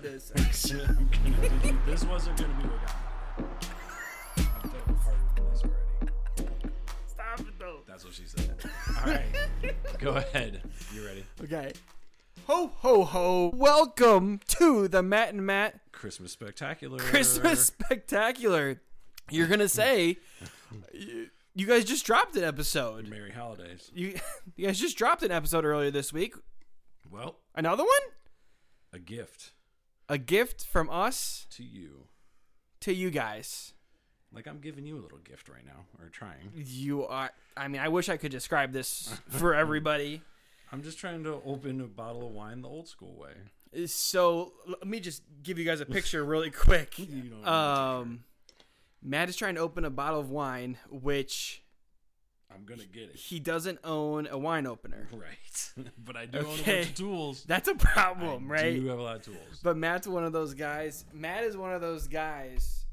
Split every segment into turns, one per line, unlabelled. this. I'm gonna do, this wasn't gonna be what got me. I've dealt with harder than this already.
Stop it though.
That's what she said. All right, go ahead. You ready?
Okay. Ho ho ho! Welcome to the Matt and Matt
Christmas spectacular.
Christmas Spectacular. You're gonna say you, you guys just dropped an episode.
Merry holidays.
You you guys just dropped an episode earlier this week.
Well,
Another one?
a gift
A gift from us
to you.
to you guys.
Like I'm giving you a little gift right now, or trying.
You are. I mean, I wish I could describe this for everybody.
I'm just trying to open a bottle of wine the old school way.
So let me just give you guys a picture really quick.
You know,
Um, Matt is trying to open a bottle of wine, which
I'm gonna get it
he doesn't own a wine opener.
right, but I do own a
Okay.
bunch of tools.
That's a problem, right?
You have a lot of tools.
But Matt's one of those guys. Matt is one of those guys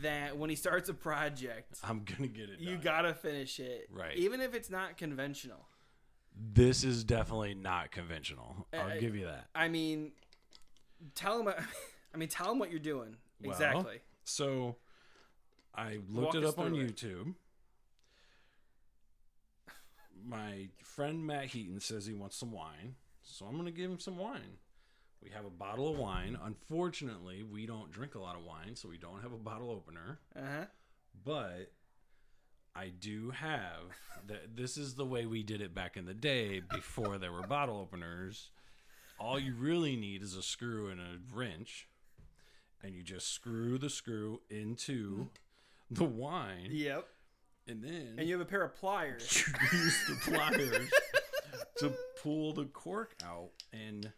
that when he starts a project,
I'm gonna get it.
you
done.
gotta finish it,
Right.
Even if it's not conventional.
this is definitely not conventional. I'll
I-
give you that.
I mean, tell him. I mean, tell him what you're doing
Well,
exactly.
So I
Walk
looked it
us
up on
through it.
YouTube. My friend Matt Heaton says he wants some wine, so I'm going to give him some wine. We have a bottle of wine. Unfortunately, we don't drink a lot of wine, so we don't have a bottle opener,
Uh huh.
but I do have that this is the way we did it back in the day before there were bottle openers. All you really need is a screw and a wrench, and you just screw the screw into the wine,
Yep.
and then
And you have a pair of pliers.
you use the pliers to pull the cork out, and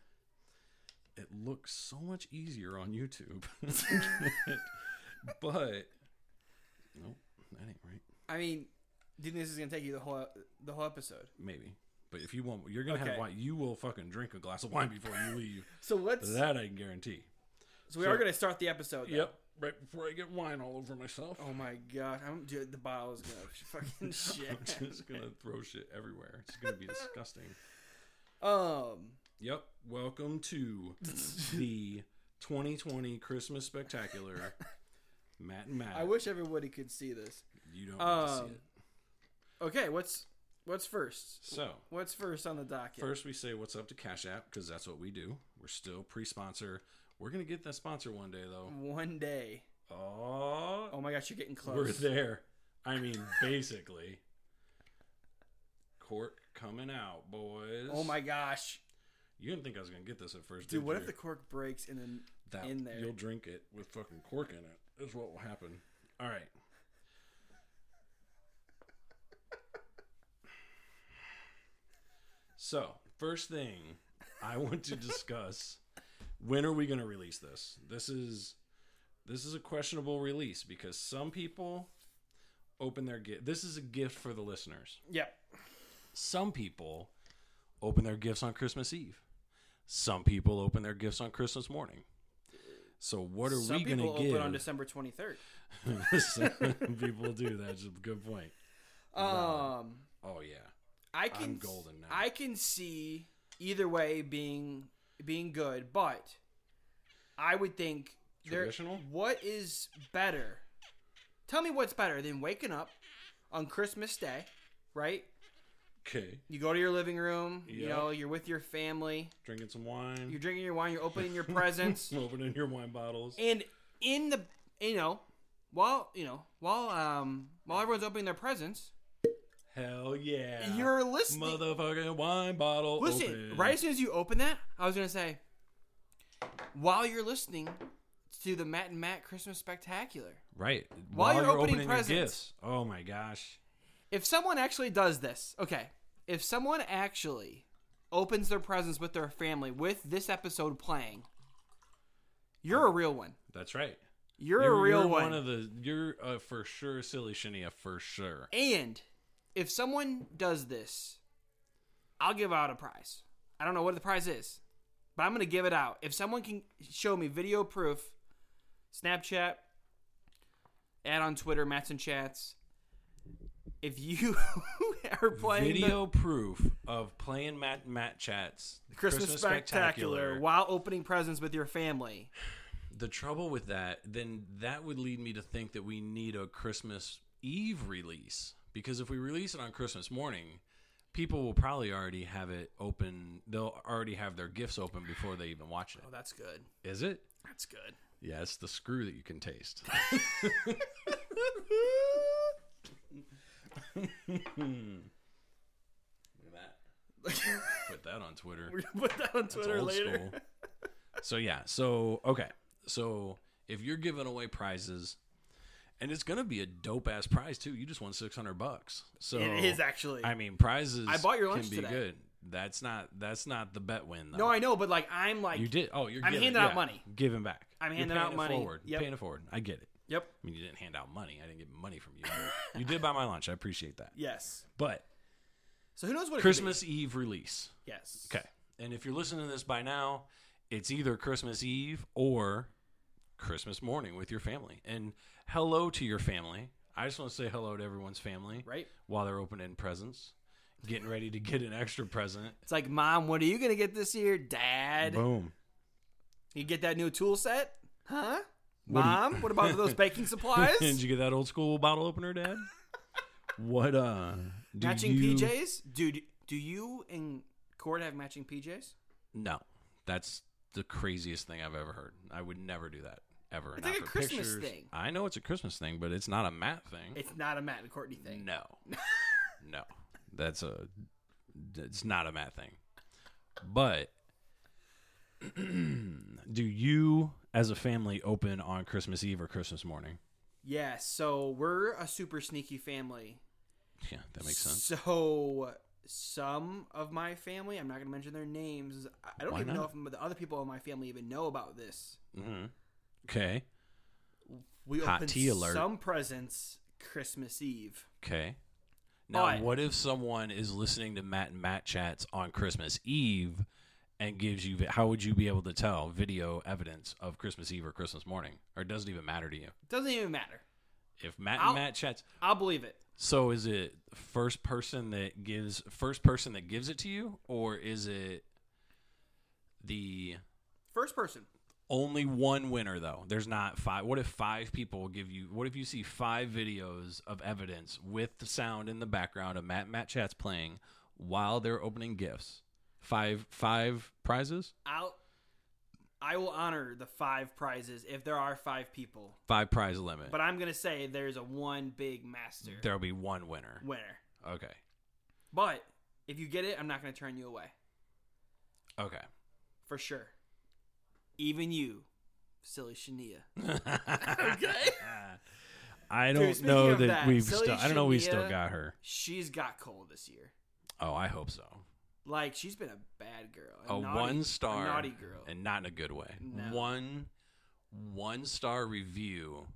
it looks so much easier on YouTube. but nope, that ain't right.
I mean, do you think this is gonna take you the whole the whole episode?
Maybe. But if you want, you're gonna have
Okay.
wine. You will fucking drink a glass of wine before you leave.
So let's.
that I can guarantee.
so we are gonna start the episode. then.
Yep. Right before I get wine all over myself,
Oh my god! I'm dude, the bottle is gonna fucking
I'm
shit.
just gonna throw shit everywhere. It's gonna be disgusting.
Um.
Yep. Welcome to the 2020 Christmas Spectacular. Matt and Matt.
I wish everybody could see this.
you don't want to see
um,
it.
Okay, what's what's first?
So
What's first on the docket?
First, we say what's up to Cash App because that's what we do. We're still pre-sponsor. We're gonna get that sponsor one day though.
One day.
Oh,
Oh my gosh, you're getting close.
We're there. I mean, basically. Cork coming out, boys.
Oh my gosh,
You didn't think I was gonna get this at first,
dude!
did
What
you?
if the cork breaks and then
that
in there?
You'll drink it with fucking cork in it. Is what will happen. All right. So first thing I want to discuss: when are we going to release this? This is this is a questionable release because some people open their gift. This is a gift for the listeners
Yep.
some people open their gifts on Christmas Eve. Some people open their gifts on Christmas morning. So what are
Some
we going
people
to
open
give?
on December 23rd.
some people do. That's a good point.
Um,
Oh yeah,
I can
I'm golden now.
I can see either way being being good, but I would think there-
Traditional?
what is better? Tell me what's better than waking up on Christmas Day, right?
okay.
You go to your living room. You
Yeah.
know, you're with your family.
Drinking some wine,
You're drinking your wine. You're opening your presents,
opening your wine bottles.
and in the you know, while you know while um while everyone's opening their presents,
Hell yeah,
you're listening.
motherfucking wine bottle.
Listen,
open.
right as soon as you open that, I was gonna say, while you're listening to the Matt and Matt Christmas Spectacular,
right
While you're opening
your
presents.
gifts. Oh my gosh,
if someone actually does this, okay, if someone actually opens their presents with their family with this episode playing, you're a real one.
that's right.
You're, a real
you're
one.
of the. You're uh, for sure silly Shania for sure.
and if someone does this, I'll give out a prize. I don't know what the prize is, but I'm gonna give it out. If someone can show me video proof, Snapchat, add on Twitter, Matt's and chats, if you are playing the
Video proof of playing Matt Matt Chat's
Christmas, spectacular, while opening presents with your family,
The trouble with that, then that would lead me to think that we need a Christmas Eve release because if we release it on Christmas morning, people will probably already have it open. They'll already have their gifts open before they even watch
oh, that's good.
it. Is it?
That's good.
Yeah, it's the screw that you can taste. Look at that. Put that on Twitter.
We're gonna put that on
It's
Twitter
old
later.
school. so yeah. So okay. So if you're giving away prizes, and it's gonna be a dope ass prize too. You just won six hundred bucks. So
It is actually.
I mean, prizes.
I bought your
can
lunch
be
today.
good. That's not. That's not the bet win. Though.
no, I know, but like I'm like
You did. Oh, you're.
I'm
giving,
handing out
yeah,
money.
Giving back.
I'm
You're
handing out
paying it
money.
Forward.
Yep.
Paying it forward. I get it.
Yep.
I mean, you didn't hand out money. I didn't get money from you. but you did buy my lunch. I appreciate that.
Yes.
But
So who knows what it could be.
Christmas Eve release.
Yes.
Okay. And if you're listening to this by now, it's either Christmas Eve or Christmas morning with your family. And hello to your family. I just want to say hello to everyone's family
Right.
while they're opening presents, getting ready to get an extra present.
It's like, mom, what are you gonna get this year, dad?
Boom.
You get that new tool set, huh?
do you-
Mom, what about those baking
Did
supplies?
you get that old school bottle opener, Dad? what uh do
matching
you-
PJs, dude. Do you and Cord have matching PJs?
No. That's the craziest thing I've ever heard. I would never do that ever.
It's
Not
like a
for
Christmas
pictures.
thing.
I know it's a Christmas thing, but it's not a Matt thing.
It's not a Matt and Courtney thing.
No, no, that's a that's not a Matt thing. But do you, as a family, open on Christmas Eve or Christmas morning?
Yeah, so we're a super sneaky family.
Yeah, that makes sense.
So some of my family, I'm not going to mention their names. I- I don't
Why
even
not?
know if the other people in my family even know about this.
hmm Okay,
We
Hot
open
tea alert.
some presents Christmas Eve.
okay. Now,
Alright.
what if someone is listening to Matt and Matt chats on Christmas Eve and gives you? vi- How would you be able to tell video evidence of Christmas Eve or Christmas morning, or does it even matter to you?
Doesn't even matter.
If Matt and
I'll-
Matt chats,
I'll believe it.
So is it first person that gives first person that gives it to you, or is it the
First person.
only one winner though? There's not five. What if five people give you? What if you see five videos of evidence with the sound in the background of Matt Matt Chats playing while they're opening gifts? Five five prizes,
I'll I will honor the five prizes if there are five people.
five prize limit.
But I'm going to say there's a one big master
There'll be one winner.
winner.
Okay,
But if you get it, I'm not going to turn you away.
okay.
For sure. Even you, silly Shania.
I
Dude,
don't
speaking
know
of
that,
that,
we've.
Silly
Still, I don't know. We still
Shania-
got her.
She's got cold this year.
Oh, I hope so.
Like she's been a bad girl.
A
naughty-
one star,
a naughty girl.
and not in a good way.
No.
One, one star review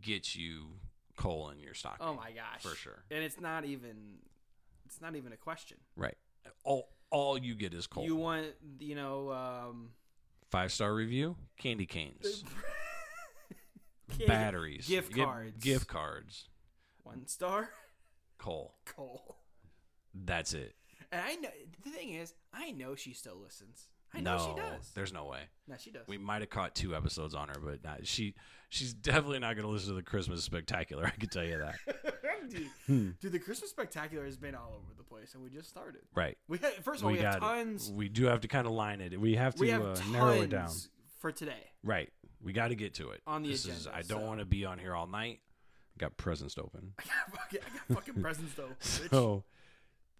gets you coal in your stocking.
oh my gosh.
for sure.
And it's not even it's not even a question.
Right. All all you get is coal.
You want you know, um
Five star review, candy canes,
candy-
batteries,
gift
You get
cards.
gift cards,
one star
coal.
coal.
That's it.
And I know the thing is, I know she still listens. I
no,
know she does.
there's no way.
no, she does.
We might have caught two episodes on her, but not, she she's definitely not going to listen to the Christmas Spectacular. I can tell you that. Hmm.
dude, dude, the Christmas spectacular has been all over the place, and we just started.
right.
We had first of all, we, have tons.
It. We do have to kind of line it. We have to
We have
uh,
tons
narrow it down.
for today.
Right. We got to get to it
On the
This Is,
agenda,
I don't
so-
want to be on here all night. Got presents to open.
I got, fucking- I got fucking presents though. bitch.
So,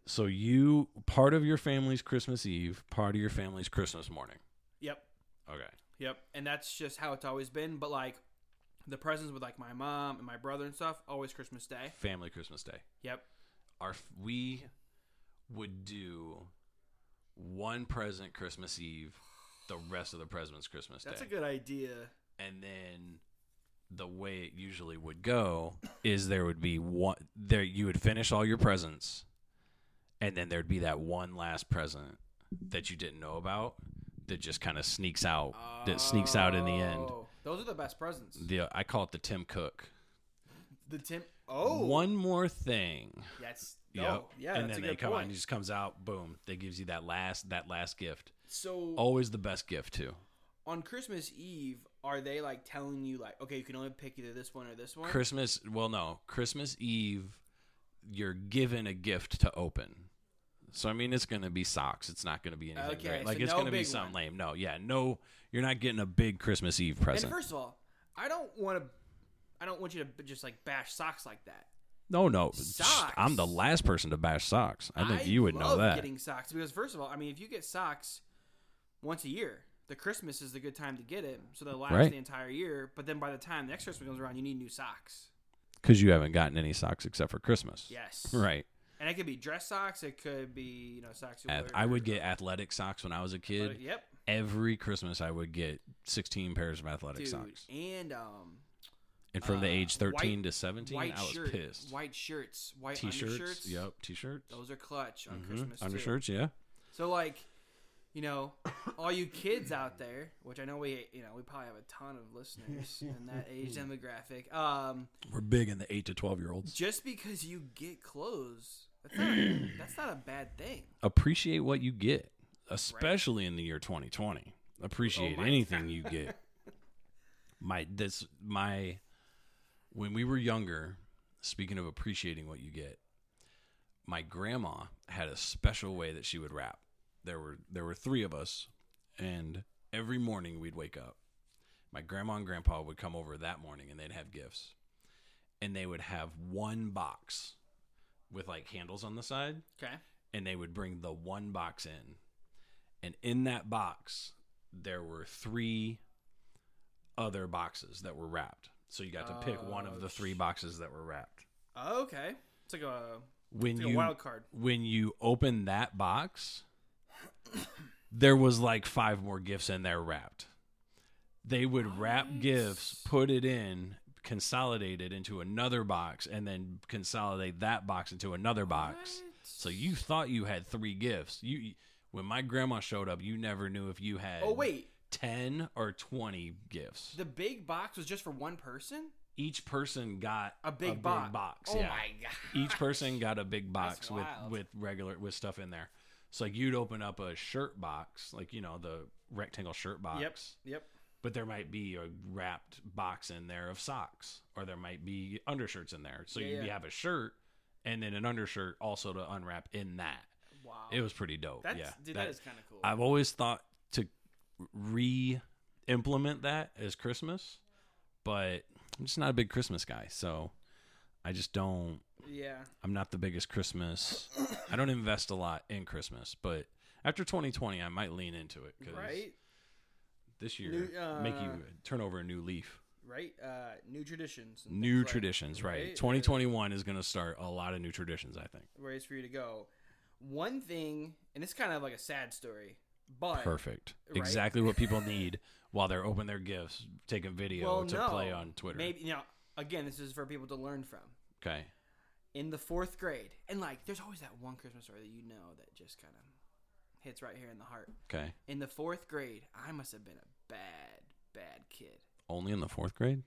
so you part of your family's Christmas Eve, part of your family's Christmas morning.
Yep,
Okay.
yep, and that's just how it's always been. But like the presents with like my mom and my brother and stuff, always Christmas Day.
Family Christmas Day.
Yep,
Our f- we would do one present Christmas Eve, the rest of the presents Christmas
that's
Day.
a good idea.
and then the way it usually would go is there would be one there you would finish all your presents and then there'd be that one last present that you didn't know about that just kind of sneaks out that sneaks out in the end
Oh, Those are the best presents.
the i call it the tim cook
The Tim. Oh,
one more thing.
Yes.
Yep.
Oh, yeah.
and
that's
then
a
they
good
come out
point.
and he just comes out, boom, they gives you that last that last gift.
So
Always the best gift too.
on Christmas Eve, are they like telling you like, okay, you can only pick either this one or this one?
Christmas well no, Christmas Eve you're given a gift to open. So I mean it's gonna be socks. It's not gonna be anything
Okay,
great.
so
Like it's
no
gonna be
big
something
one.
lame. No, yeah, no you're not getting a big Christmas Eve
and
present.
first of all, I don't want to. I don't want you to b- just like bash socks like that.
no, no.
Socks.
I'm the last person to bash socks. I think you would know
love
that.
Getting socks because first of all, I mean, if you get socks once a year, the Christmas is the good time to get it, so they last
Right.
the entire year. But then by the time the next Christmas comes around, you need new socks.
Because you haven't gotten any socks except for Christmas.
Yes,
Right.
And it could be dress socks. It could be you know socks. you
Ath-
wear-
I would get athletic socks when I was a kid.
Yep,
Every Christmas, I would get 16 pairs of athletic
dude.
socks.
And um,
And from the
uh,
age 13
white-
to 17, I
white
was
shirt,
pissed.
white shirts, white
T-shirts.
undershirts.
Yep, T-shirts.
those are clutch on
Mhm,
Christmas. too.
Undershirts, yeah.
So like, you know, all you kids out there, which I know we, you know, we probably have a ton of listeners in that age demographic. Um,
We're big in the 8 to 12-year-olds.
just because you get clothes, that's not, that's not a bad thing.
Appreciate what you get, especially in the year 2020. Appreciate
my
anything you get. My this my when we were younger, speaking of appreciating what you get, my grandma had a special way that she would wrap. There were there were three of us, and every morning we'd wake up. My grandma and grandpa would come over that morning, and they'd have gifts, and they would have one box with like handles on the side,
Okay.
and they would bring the one box in. And in that box, there were three other boxes that were wrapped. So you got to pick one of the three boxes that were wrapped.
Oh, Okay. It's like a,
When
it's like
you
a wild card.
when you open that box, there was like five more gifts in there wrapped. They would wrap gifts, put it in, consolidate it into another box, and then consolidate that box into another box. So you thought you had three gifts. You when my grandma showed up, you never knew if you had
Oh wait,
ten or twenty gifts.
the big box was just for one person.
Each person got
A big, box. Oh
yeah
my god.
each person got a big box
That's
with
wild.
with regular with stuff in there. So like you'd open up a shirt box, like you know the rectangle shirt box,
Yep. Yep.
but there might be a wrapped box in there of socks, or there might be undershirts in there. So
Yeah,
you
yeah.
have a shirt and then an undershirt also to unwrap in that.
Wow.
It was pretty dope.
That's
yeah,
dude.
That-
that is kind of cool.
I've always thought to re implement that as Christmas, but I'm just not a big Christmas guy, so I just don't.
yeah.
I'm not the biggest Christmas. I don't invest a lot in Christmas, but after 2020, I might lean into it because
Right.
this year
New- uh,
make you turn over a new leaf,
Right. Uh, new traditions. and
new
things like-
traditions. Right,
right,
2021 is going to start a lot of new traditions. I think.
ways for you to go. One thing, and it's kind of like a sad story, but
Perfect.
Right.
Exactly what people need while they're opening their gifts, taking video
well,
to
no,
play on Twitter.
Maybe you know, again, this is for people to learn from.
Okay.
In the fourth grade, and like, there's always that one Christmas story that you know that just kind of hits right here in the heart.
Okay.
In the fourth grade, I must have been a bad, bad kid,
Only in the fourth grade.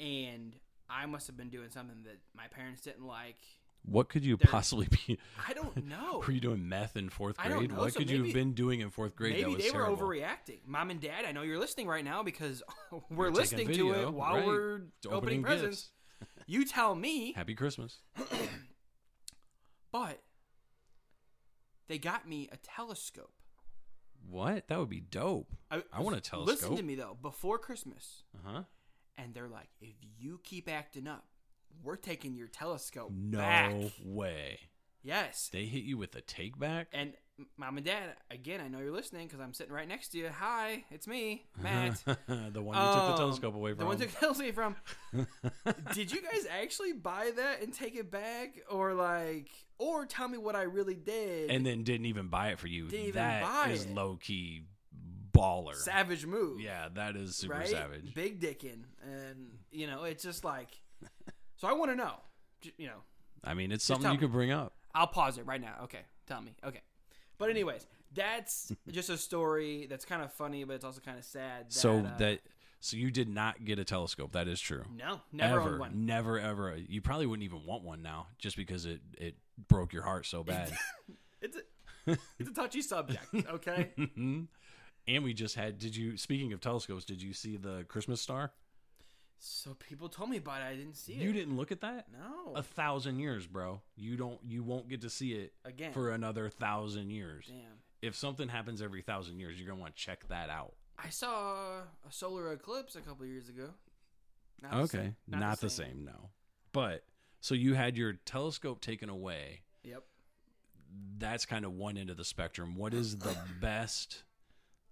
and I must have been doing something that my parents didn't like.
What could you
There-
possibly be?
I don't know.
Were you doing meth in fourth
I
grade?
don't know,
What
so
could you have
maybe-
been doing in fourth grade? that
Maybe
was
they
terrible?
were overreacting. Mom and Dad, I know you're listening right now because we're
You're taking
listening to
video,
it while
right.
we're opening, presents.
gifts.
You tell me,
Happy Christmas.
but they got me a telescope.
What? That would be dope. I want a telescope.
Listen to me though, before Christmas,
Uh huh.
and they're like, if you keep acting up, we're taking your telescope
No
back.
way.
Yes.
They hit you with a take back?
And mom and dad, again, I know you're listening because I'm sitting right next to you. Hi, it's me,
Uh-huh.
Matt.
the one you took the
Um,
telescope away from.
The one took the telescope from. Did you guys actually buy that and take it back, or like, or tell me what I really did?
and then didn't even buy it for you.
Didn't even
That
buy
is
it.
low key baller.
savage move.
Yeah, that is super
right?
savage.
Big dickin', and you know, it's just like. So I want to know, J- you know,
I mean, it's
tell
something you
me.
could bring up.
I'll pause it right now. Okay, tell me. Okay, but anyways, that's just a story that's kind of funny, but it's also kind of sad. That,
so
uh,
that So you did not get a telescope. That is true.
No, never
ever,
owned one.
never, ever. You probably wouldn't even want one now, just because it it broke your heart so bad.
It's a, it's a touchy subject, okay?
and we just had. Did you? Speaking of telescopes, did you see the Christmas star?
so people told me about it. I didn't see it.
You didn't look at that.
No.
A thousand years, bro. You don't. You won't get to see it
Again.
for another thousand years.
Damn.
If something happens every thousand years, you're gonna want to check that out.
I saw a solar eclipse a couple years ago. Not the
Okay,
same-
not, the, same. No, but so you had your telescope taken away.
Yep.
That's kind of one end of the spectrum. What is the best?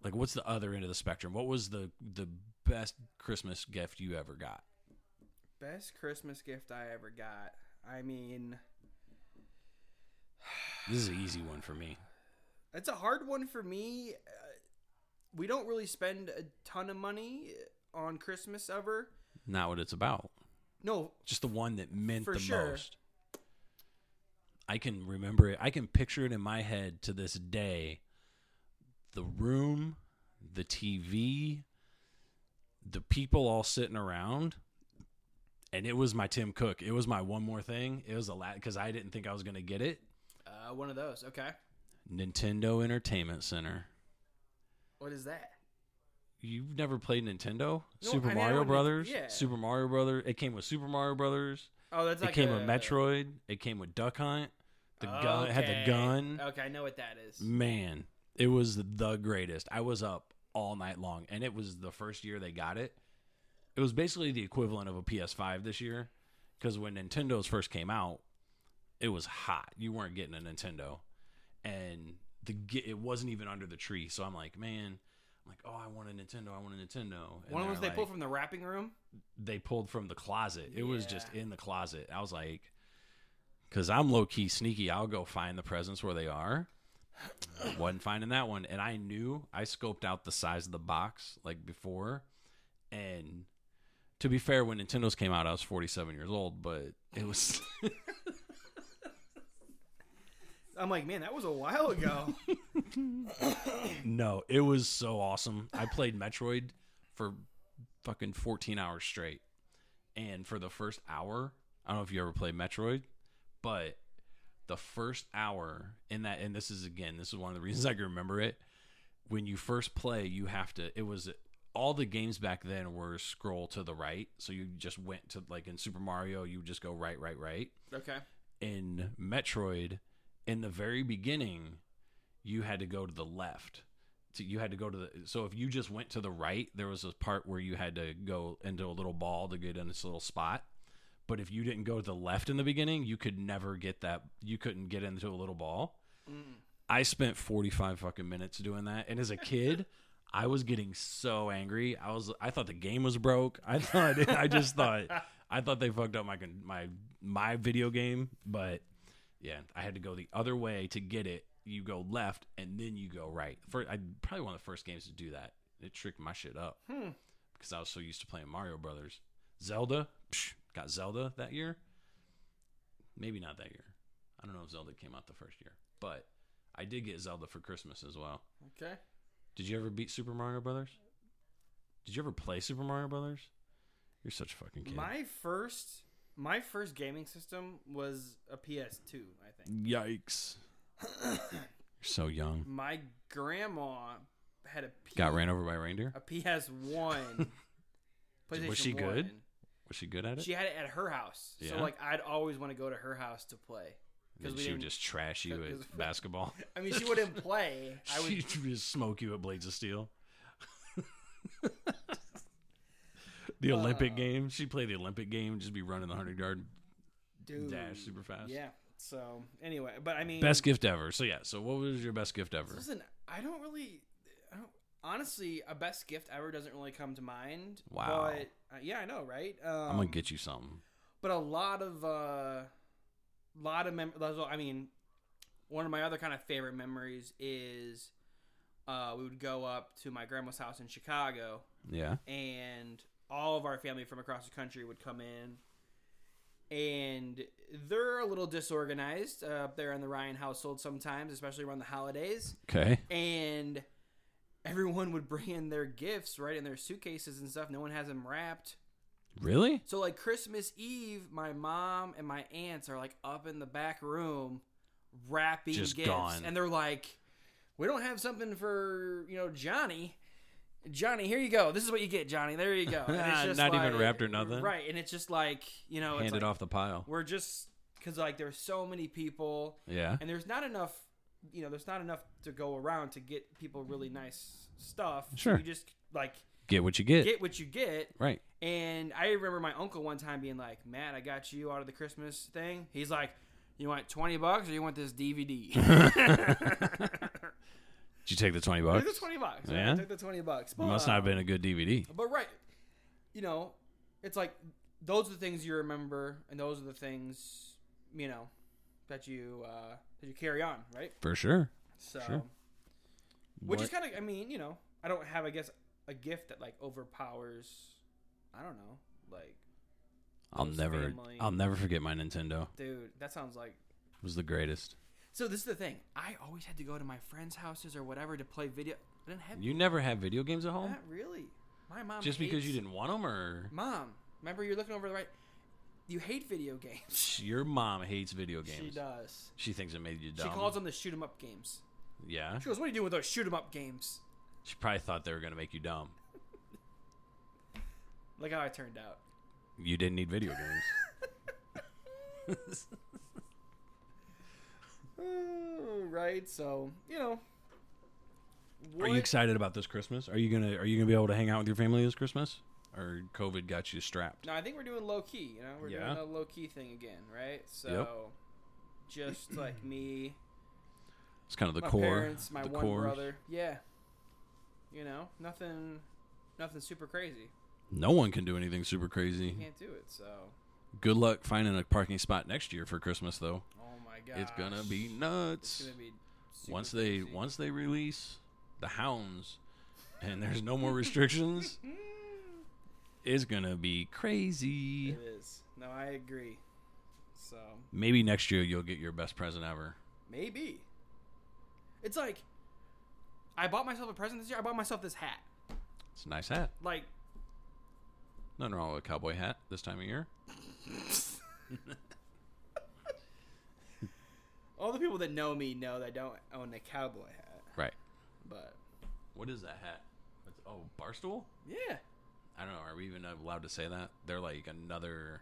Like, what's the other end of the spectrum? What was the the best Christmas gift you ever got?
Best Christmas gift I ever got. I mean,
This is an easy one for me.
it's a hard one for me. Uh, we don't really spend a ton of money on Christmas ever.
Not what it's about.
No,
Just the one that meant
For
the
sure.
most. I can remember it. I can picture it in my head to this day. The room, the TV, the people all sitting around. And it was my Tim Cook. It was my one more thing. It was a lot because I didn't think I was going to get it.
uh, one of those. Okay.
Nintendo Entertainment Center.
What is that?
You've never played Nintendo?
No,
Super
I mean, I
Mario
would-
Brothers?
yeah.
Super Mario Brothers. It came with Super Mario Brothers.
Oh, that's
it
like
came
a,
with Metroid. It came with Duck Hunt. The gun it had
Okay.
the gun.
Okay, I know what that is.
Man, it was the greatest. I was up all night long, and it was the first year they got it. It was basically the equivalent of a PS5 this year, because when Nintendo's first came out, it was hot. You weren't getting a Nintendo, and the ge- it wasn't even under the tree. So I'm like, man, I'm like, oh, I want a Nintendo. I want a Nintendo. And
one of
they're
those they
like-
pull from the wrapping room.
they pulled from the closet. It was
Yeah.
just in the closet. I was like, because I'm low key sneaky. I'll go find the presents where they are. Wasn't finding that one, and I knew I scoped out the size of the box like before. And to be fair, when Nintendo's came out, I was 47 years old, but it was
I'm like, man, that was a while ago.
no, it was so awesome. I played Metroid for fucking 14 hours straight. And for the first hour, I don't know if you ever played Metroid, but the first hour in that, and this is again, this is one of the reasons I can remember it. When you first play, you have to, it was all the games back then were scroll to the right. So you just went to, like in Super Mario, you just go right, right, right
okay.
in Metroid, in the very beginning, you had to go to the left. So you had to go to the. So if you just went to the right, there was a part where you had to go into a little ball to get in this little spot. But if you didn't go to the left in the beginning, you could never get that. You couldn't get into a little ball.
Mm-hmm.
I spent 45 fucking minutes doing that. And as a kid, I was getting so angry. I was I thought the game was broke. I thought I just thought I thought they fucked up my con- my my video game, but yeah, I had to go the other way to get it. You go left and then you go right. First, I probably one of the first games to do that. It tricked my shit up because I was so used to playing Mario Brothers. Zelda, psh, got Zelda that year. Maybe not that year. I don't know if Zelda came out the first year, but I did get Zelda for Christmas as well.
Okay.
Did you ever beat Super Mario Brothers? Did you ever play Super Mario Brothers? You're such a fucking kid.
My first, my first gaming system was a PS2, I think.
Yikes. You're so young.
My grandma had a P-
Got ran over by a reindeer?
a PS1. PlayStation
Was she good?
1.
Was she good at it?
She had it at her house, so
Yeah.
like I'd always want to go to her house to play.
Then
we
she would
didn't-
just trash you
'cause-
at basketball.
I mean, she wouldn't play. I would.
She'd just smoke you at Blades of Steel.
Uh,
the Olympic game. She'd play the Olympic game and just be running the 100 yard
Dude,
dash super fast.
Yeah. So anyway, but I mean,
Best gift ever. So, yeah. So, what was your best gift ever?
Listen, I don't really. I don't, honestly, a best gift ever doesn't really come to mind.
Wow.
But uh, yeah, I know, right? Um,
I'm going to get you something.
But a lot of, uh, lot of mem- that's what- I mean, one of my other kind of favorite memories is, uh, we would go up to my grandma's house in Chicago,
Yeah.
and all of our family from across the country would come in. And they're a little disorganized uh, up there in the Ryan household sometimes, especially around the holidays
Okay.
and everyone would bring in their gifts right in their suitcases and stuff. No one has them wrapped.
Really?
So like Christmas Eve, my mom and my aunts are like up in the back room wrapping
Just
gifts,
gone.
and they're like, "We don't have something for you know Johnny." Johnny, here you go. This is what you get, Johnny. There you go. And it's just
Not even
like-
wrapped or nothing?
right? And it's just like you know, Oh, it's
Hand it
like,
off the pile.
We're just because like there's so many people,
Yeah.
and there's not enough you know there's not enough to go around to get people really nice stuff So
Sure.
you just like
Get what you get.
get what you get
Right.
and i remember my uncle one time being like matt i got you out of the christmas thing he's like you want 20 bucks or you want this dvd
Did you take the 20 bucks?
took the 20 bucks
Yeah?
i took the 20 bucks but,
Must not have been a good DVD.
but right you know it's like those are the things you remember and those are the things you know that you uh that you carry on right
For sure.
so
Sure.
Which
What-
is kind of, I mean, you know, I don't have, I guess, a gift that like overpowers. I don't know, like,
I'll
those
never
family-
I'll never forget my Nintendo.
dude, that sounds like.
It was the greatest.
So this is the thing. I always had to go to my friends' houses or whatever to play video. I didn't have
You never had video games at home?
not really. My mom
Just because
hates-
you didn't want them or
Mom, remember you're looking over the right. You hate video games.
your mom hates video
She
games.
does.
She thinks it made you dumb.
She calls them the shoot 'em up games.
Yeah.
She goes, "What are you doing with those shoot 'em up games?"
She probably thought they were going to make you dumb.
Like how I turned out.
You didn't need video games.
Oh, right. So you know.
Are you excited about this Christmas? Are you gonna Are you gonna be able to hang out with your family this Christmas? Or COVID got you strapped?
No, I think we're doing low key. You know, we're
Yeah.
doing a low key thing again, right? So, just like me,
It's kind of the
my
core.
parents, my
the
one
cores.
brother. Yeah. You know, nothing, nothing super crazy.
No one can do anything super crazy.
Can't do it. So,
Good luck finding a parking spot next year for Christmas, though.
oh my god,
It's gonna be nuts.
It's gonna be. Super
once they
crazy.
once they release the hounds, and there's no more restrictions, it's gonna be crazy.
It is. No, I agree. So
Maybe next year you'll get your best present ever.
maybe. It's like, I bought myself a present this year. I bought myself this hat.
It's a nice hat.
Like,
Nothing wrong with a cowboy hat this time of year.
all the people that know me know that I don't own a cowboy hat,
Right.
but
What is that hat? It's, oh, barstool.
yeah.
I don't know. Are we even allowed to say that? They're like another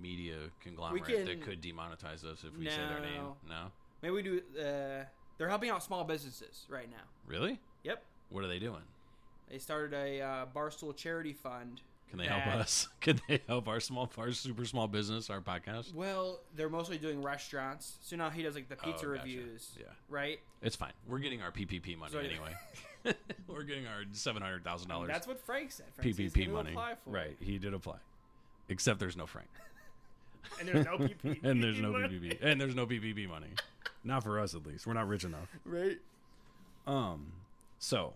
media conglomerate
can-
that could demonetize us if we say their name.
No.
No,
Maybe we do. Uh, they're helping out small businesses right now.
really?
Yep.
What are they doing?
They started a uh, Barstool charity fund.
Can they help
that-
us? Can they help our small, our super small business, our podcast?
Well, they're mostly doing restaurants. So now he does like the pizza
Oh, gotcha.
reviews.
Yeah.
Right.
It's fine. We're getting our PPP money
So-
anyway. We're getting our seven hundred thousand dollars
That's what Frank said. Frank said he's
PPP
gonna
money.
apply for it.
Right, he did apply, except there's no Frank.
And there's no PP.
and there's no PPP, and there's no PPP money. Not for us, at least. We're not rich enough.
Right.
Um, so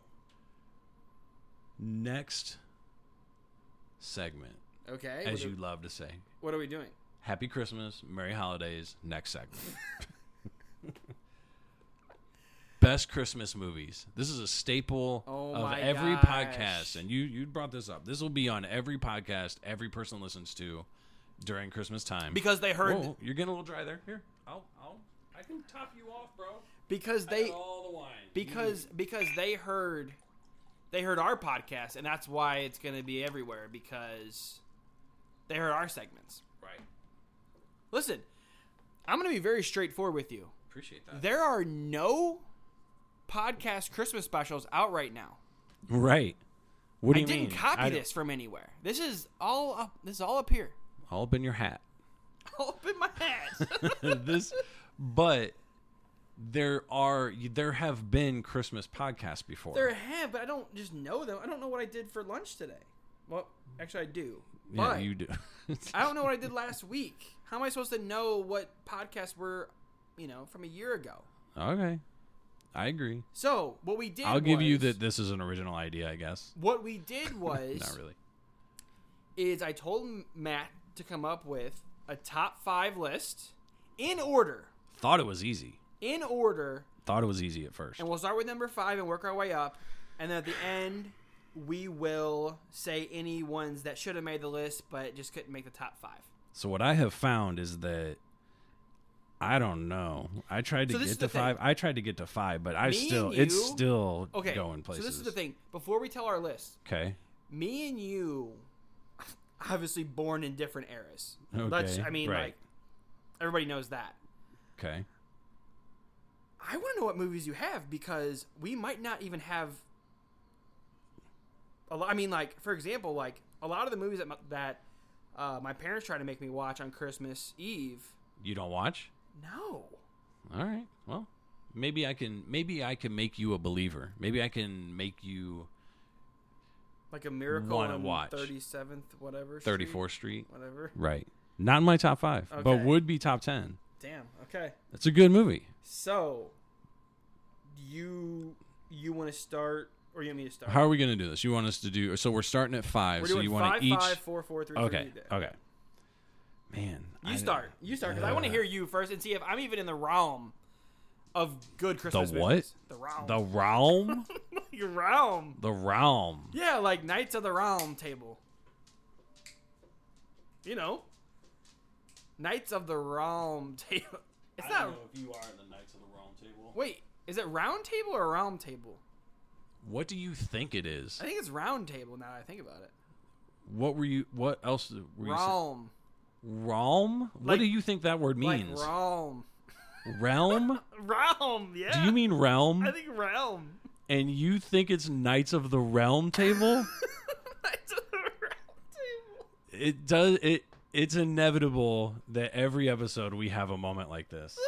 next segment,
Okay.
as
what, are,
you love to say,
what are we doing?
Happy Christmas, Merry Holidays. Next segment. Best Christmas movies. This is a staple
Oh
of
my
every
gosh.
podcast, and you you brought this up. This will be on every podcast every person listens to during Christmas time.
Because they heard.
Whoa, you're getting a little dry there. Here, I'll I'll I can top you off, bro.
Because
I got
they.
all the wine
Because because they heard. They heard our podcast, and that's why it's going to be everywhere because they heard our segments.
right.
Listen, I'm going to be very straightforward with you.
Appreciate that.
There are no podcast Christmas specials out right now.
Right. What do
I
you
didn't
mean?
copy
I don't-
this from anywhere. This is all up. This is all up here.
All up in your hat.
All up in my ass.
this, but there are there have been Christmas podcasts before.
there have, but I don't just know them. I don't know what I did for lunch today. Well, actually, I do.
yeah,
But
you do.
I don't know what I did last week. How am I supposed to know what podcasts were, you know, from a year ago?
okay, I agree.
So what we did.
I'll give you
was-
that this is an original idea, I guess.
What we did was
Not really.
is I told Matt to come up with a top five list in order.
Thought it was easy.
in order
Thought it was easy at first.
And we'll start with number five and work our way up. And then at the end, we will say any ones that should have made the list but just couldn't make the top five.
So what I have found is that I don't know. I tried to
So this is
get
the
to
thing.
five. I tried to get to five, but I
Me
still
and
it's
you-
still
Okay.
going places.
So this is the thing. Before we tell our list,
Okay.
me and you, obviously born in different eras. Let's,
Okay,
I mean,
right.
like everybody knows that.
Okay.
I want to know what movies you have because we might not even have. A lot, I mean, like for example, like a lot of the movies that my, that uh, my parents try to make me watch on Christmas Eve.
You don't watch?
No,
All right. Well, maybe I can maybe I can make you a believer. Maybe I can make you
like a miracle
Wanna
on
watch.
thirty seventh, whatever, street,
34th Street.
whatever.
Right. Not in my top 5, but
Okay.
would be top 10.
Damn. Okay.
That's a good movie.
So, you you want to start, or you want me to start?
How are we going to do this? You want us to do so we're starting at 5,
We're
so
doing
you want
five,
to each
five, four, four, three,
Okay.
three.
Okay. Man, I
You
don't-
start. You start because I want to
Uh,
hear you first and see if I'm even in the realm of good Christmas.
what?
movies. The realm.
The realm?
Your realm.
the realm.
Yeah, like Knights of the Realm table. You know, Knights of the Realm table. It's not.
if you are the Knights of the Realm table.
Wait, is it round table or realm table?
What do you think it is?
I think it's round table. Now that I think about it.
What were you? What else were you? saying?
Realm,
Realm? what
Like-
do you think that word
like
means?
realm,
realm?
realm. Yeah.
Do you mean realm?
I think realm.
and you think it's Knights of the Realm table?
Knights of the Realm table.
it does. It it's inevitable that every episode we have a moment like this.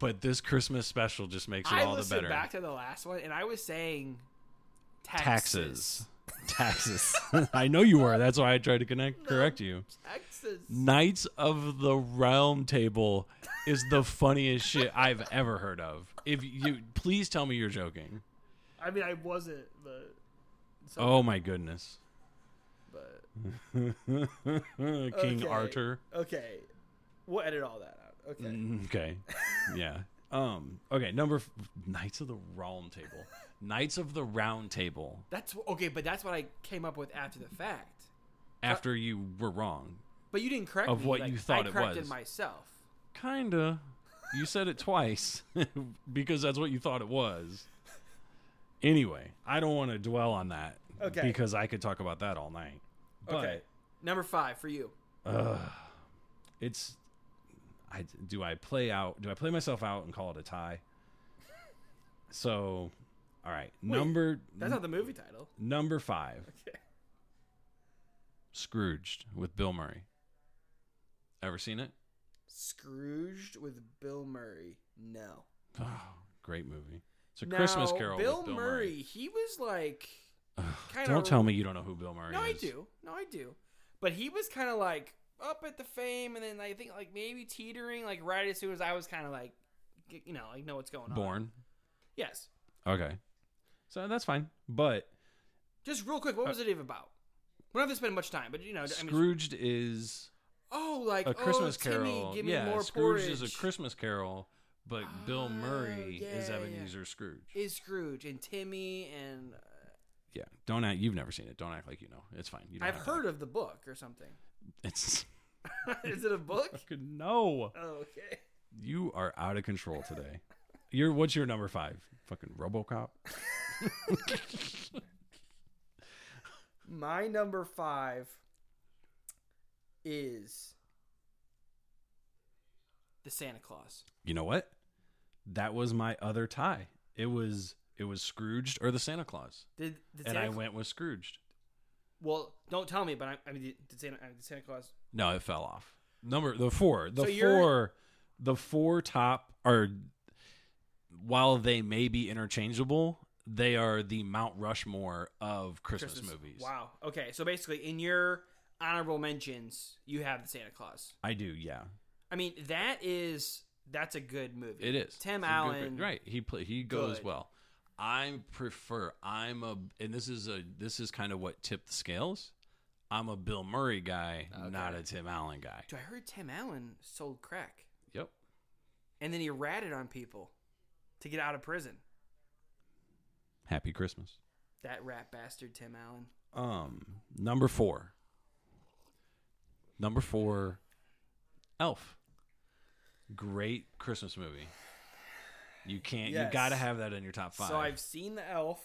but this Christmas special just makes it
I
all the
listened
better.
back to the last one, and I was saying
Taxes. Taxes. I know you were. That's why I tried to connect correct you.
Taxes.
Knights of the Realm table is the funniest shit I've ever heard of. If you please tell me you're joking.
I mean, I wasn't, but
Oh my goodness.
but
King
Okay.
Arthur.
okay, we'll edit all that out. Okay,
Mm. Okay. Yeah. Um okay, number f- Knights of the Realm table. Knights of the Round table
that's okay, but that's what I came up with after the fact.
after you were wrong.
But you didn't correct
Of
me,
what
like,
you thought
I
it
corrected
was.
myself.
Kinda. You said it twice because that's what you thought it was. Anyway, I don't want to dwell on that
Okay.
because I could talk about that all night. But
Okay. Number five for you.
it's I do I play out do I play myself out and call it a tie? So, all right. number
That's not the movie title.
number 5.
Okay.
Scrooged with Bill Murray. Ever seen it?
Scrooged with Bill Murray. No.
Oh, great movie. It's a Christmas
Now,
Carol
Bill,
with Bill
Murray,
Murray.
He was like, kind
Don't tell me you don't know who Bill Murray
No,
is.
I do. No, I do. But he was kind of like up at the fame, and then I think like maybe teetering, like right as soon as I was kind of like, g- you know, like know what's going on.
Born.
Yes.
Okay. So that's fine. But
Just real
Uh,
quick, what was it even about? We don't have to spend much time, but you know, I mean,
Scrooged is
oh, like
a Christmas
oh, Timmy,
Carol.
Give me
yeah,
more
Scrooged
porridge.
is a Christmas Carol, but Bill Murray
Oh,
is
yeah, yeah.
Ebenezer Scrooge.
Is Scrooge and Timmy and uh,
Yeah, don't act. You've never seen it. Don't act like you know. It's fine. You don't
I've
have to.
heard of the book or something.
It's
is it a book?
no.
Oh, okay.
You are out of control today. You're what's your number five? Fucking RoboCop.
My number five is the Santa Claus.
You know what? That was my other tie. It was it was Scrooged or the Santa Claus,
Did, did
and
Santa
I
Cla-
went with Scrooged.
Well, don't tell me, but I, I mean, did- did Santa, I mean, did Santa Claus?
No, it fell off. Number the four, the
So you're-
four, the four top are. While they may be interchangeable, they are the Mount Rushmore of Christmas, movies.
Wow. Okay, so basically, in your honorable mentions, you have the Santa Claus.
I do. Yeah,
I mean, that is that's a good movie.
It is
Tim
It's a good
Allen.
pick. right? He play, he goes
Good.
well. I prefer. I'm a, and this is a this is kind of what tipped the scales. I'm a Bill Murray guy, not a Tim Allen guy.
Dude, I heard Tim Allen sold crack,
Yep.
and then he ratted on people. to get out of prison.
Happy Christmas.
That rat bastard, Tim Allen.
Um, number four. Number four, Elf. Great Christmas movie. You can't. You
Yes.
got to have that in your top five.
So I've seen the Elf.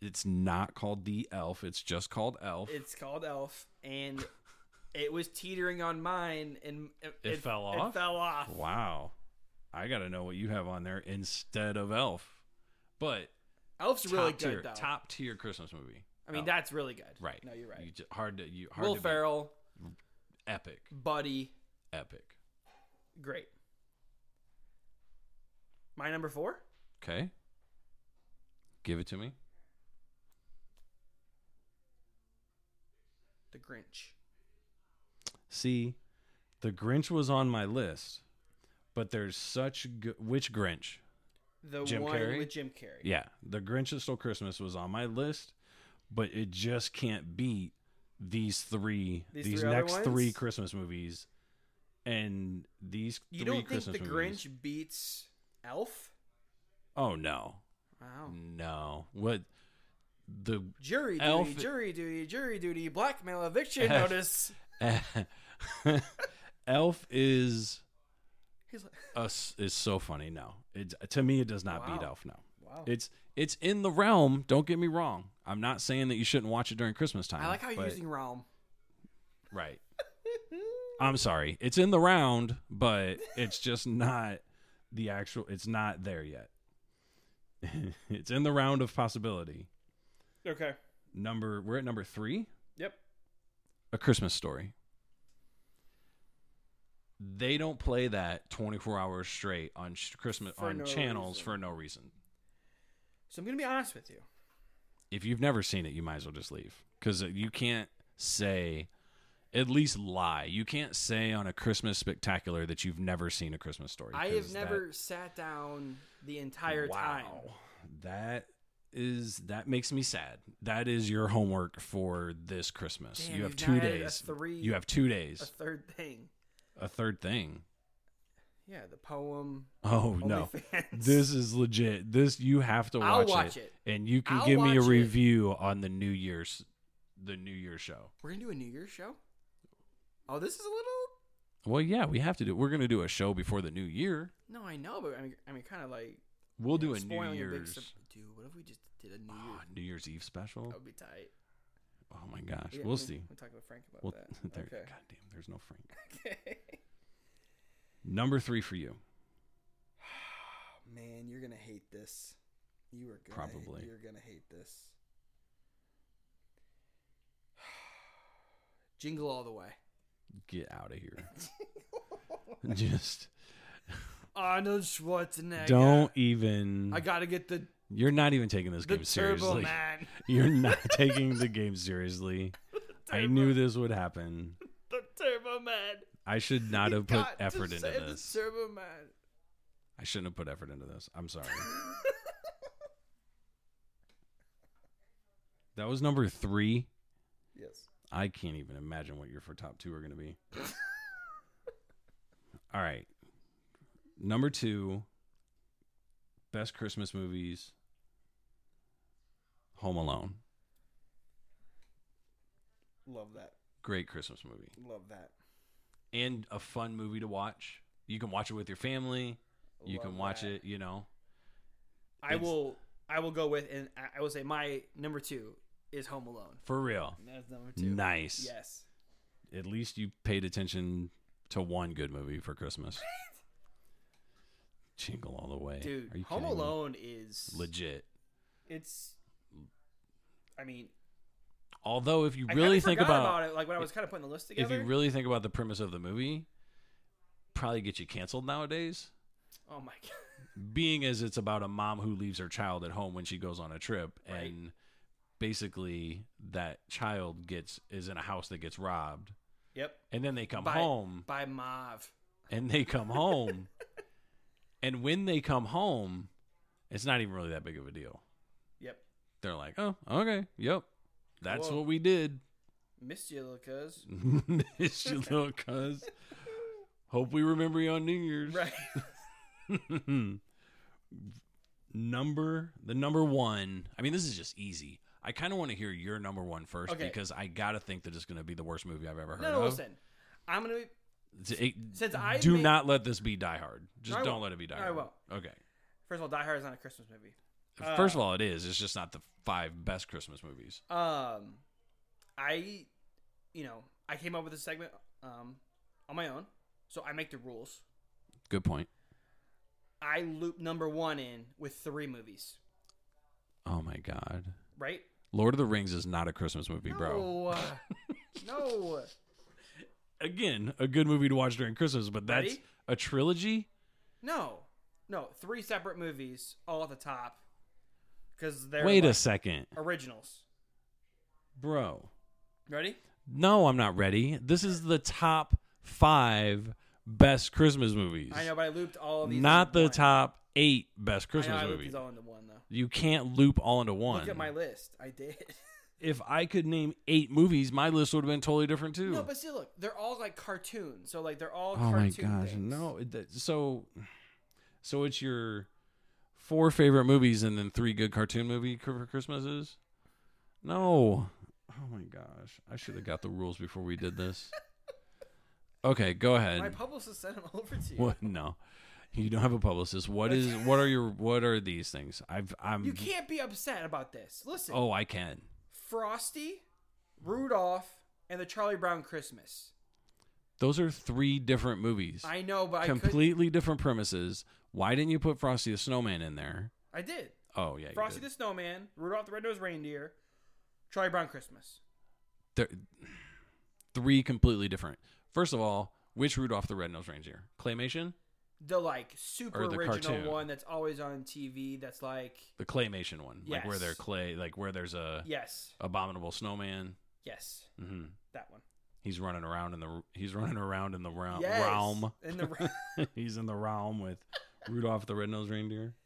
it's not called the Elf. It's just called Elf.
It's called Elf, and it was teetering on mine, and
It fell off?
It fell off.
wow. I got to know what you have on there instead of Elf. But
Elf's really
top
good
tier,
though.
top tier Christmas movie.
I mean,
Elf.
that's really good.
right.
No, you're right.
You ju- hard to you hard
Will
to beat.
Ferrell,
epic
Buddy,
epic.
great. My number four,
Okay. Give it to me.
The Grinch.
See, the Grinch was on my list, but there's such go- which Grinch?
The
Jim
one
Carrey?
with Jim Carrey.
Yeah, the Grinch that Stole Christmas was on my list, but it just can't beat these three,
These
these,
three other
next three
ones?
Christmas movies, and these
You
3
don't think
Christmas
The
movies.
Grinch beats Elf?
Oh no,
Wow.
Mm. no! What the
Jury duty,
Elf-
jury duty, jury duty, blackmail, eviction
Elf.
notice.
Elf is
He's like,
us is so funny. No, it to me it does not beat
Wow.
Elf. No.
wow.
It's it's in the realm. Don't get me wrong. I'm not saying that you shouldn't watch it during Christmas time.
I like how you're
but-
using Realm.
right. I'm sorry. It's in the round, but it's just not the actual. It's not there yet. it's in the round of possibility.
Okay.
Number we're at number three.
Yep.
A Christmas Story. They don't play that 24 hours straight on sh- Christmas
For
on
no
channels
reason.
for no reason.
So I'm gonna be honest with you.
if you've never seen it, you might as well just leave because you can't say, at least lie. You can't say on a Christmas spectacular that you've never seen a Christmas story.
I
'cause
have
that-
never sat down the entire time.
Wow. That is that makes me sad. That is your homework for this Christmas.
Damn,
you have
you've
two
not added a
days.
three-
you have two
A
days.
third thing.
A third thing.
Yeah, the poem.
Oh no.
OnlyFans.
This is legit. This you have to watch,
I'll watch it.
and you can
I'll
give me a
watch it.
review on the New Year's, the New Year show.
We're gonna do a New Year's show. Oh, this is a little.
Well, yeah, we have to do. We're gonna do a show before the new year.
No, I know, but I mean, I mean, kind of like
We'll do a
spoiling
New
a big.
Year's
sup- Dude, what if we just did a New
Ah,
Year's?
New Year's Eve special.
That would be tight.
Oh my gosh,
Yeah,
we'll
we-
see.
We'll talk with Frank about
We'll,
that.
there,
okay.
goddamn, there's no Frank.
okay.
Number three for you.
Oh, Man, you're gonna hate this. You are gonna
Probably.
You're gonna hate this. Jingle all the way.
Get out of here. Just
Arnold Schwarzenegger.
don't even.
I gotta get the
You're not even taking this
the
game seriously.
Turbo Man.
You're not taking the game seriously. I knew this would happen.
The Turbo Man.
I should not
You
have put
got to
effort into
say the
this.
Turbo Man.
I shouldn't have put effort into this. I'm sorry. That was number three.
yes.
I can't even imagine what your for top two are going to be. All right. Number two, best Christmas movies Home Alone.
Love that.
Great Christmas movie.
Love that.
And a fun movie to watch. You can watch it with your family. You
Love
can watch
that.
it, you know.
I
It's-
will. I will go with, and I- I will say my number two is Home Alone.
For real.
That's number
Nice.
Yes.
At least you paid attention to one good movie for Christmas. Jingle all the way.
Dude,
Are you
Home
kidding me?
Alone is
Legit.
It's. I mean,
Although, if you
I
really
really
think
about,
about,
it. Like when I was kind of putting the list
if
together.
you really think about the premise of the movie, probably get you canceled nowadays.
oh my god.
Being as it's about a mom who leaves her child at home when she goes on a trip,
Right.
and basically that child gets is in a house that gets robbed,
Yep.
and then they come
By-
home,
By Mav.
and they come home, and when they come home, it's not even really that big of a deal.
Yep.
They're like, oh, okay, yep, that's
Cool.
what we did.
Missed you, little cuz.
Miss you, little cuz. Hope we remember you on New Year's.
Right.
number the number one. I mean, this is just easy. I kind of want to hear your number one first
Okay.
because I gotta think that it's gonna be the worst movie I've ever heard
No, no,
of.
listen. I'm gonna be
D- it-
Since I
do
made-
not let this be Die Hard. Just
I
don't
won't.
let it be Die
I
Hard.
won't.
Okay.
first of all, Die Hard is not a Christmas movie. Uh,
First of all, it is. It's just not the five best Christmas movies.
Um, I, you know, I came up with this segment um on my own, so I make the rules.
Good point.
I loop number one in with three movies,
Oh my god.
right?
Lord of the Rings is not a Christmas movie, bro.
No, uh, no.
Again, a good movie to watch during Christmas, but that's
Ready?
a trilogy.
No, no, three separate movies all at the top because they're
Wait a
like,
second,
originals.
bro.
Ready?
No, I'm not ready. This is the top five best Christmas movies.
I know, but I looped all of these.
Not
into
the
one.
top eight
I
best
know,
Christmas
I looped
movies.
these all into one though.
You can't loop all into one.
Look at my list. I did.
if I could name eight movies, my list would have been totally different too.
no, but see, look, they're all like cartoons. So like they're all.
oh my
cartoon
gosh,
things.
no! it- that- So, so it's your four favorite movies and then three good cartoon movie cr- for Christmases. No, oh my gosh, I should have got the rules before we did this. Okay, go
My
ahead.
publicist sent them over to you.
What? No, you don't have a publicist. What is? What are your? What are these things? I've. I'm.
You can't be upset about this. Listen,
Oh, I can.
Frosty, Rudolph, and the Charlie Brown Christmas.
Those are three different movies.
I know, but I could.
completely different premises. Why didn't you put Frosty the Snowman in there?
I did.
Oh yeah, you
Frosty the
did.
Snowman, Rudolph the Red-Nosed Reindeer, Charlie Brown Christmas.
They're- three completely different. First of all, which Rudolph the Red-Nosed Reindeer? Claymation,
The like super
Or the
original
cartoon.
one that's always on TV. That's like
the claymation one, like where
Yes.
they're clay, like where there's a
yes,
abominable snowman.
yes,
hmm
that one.
He's running around in the he's running around in the realm.
Yes,
uh, realm.
in the realm.
he's in the realm with Rudolph the Red-Nosed Reindeer.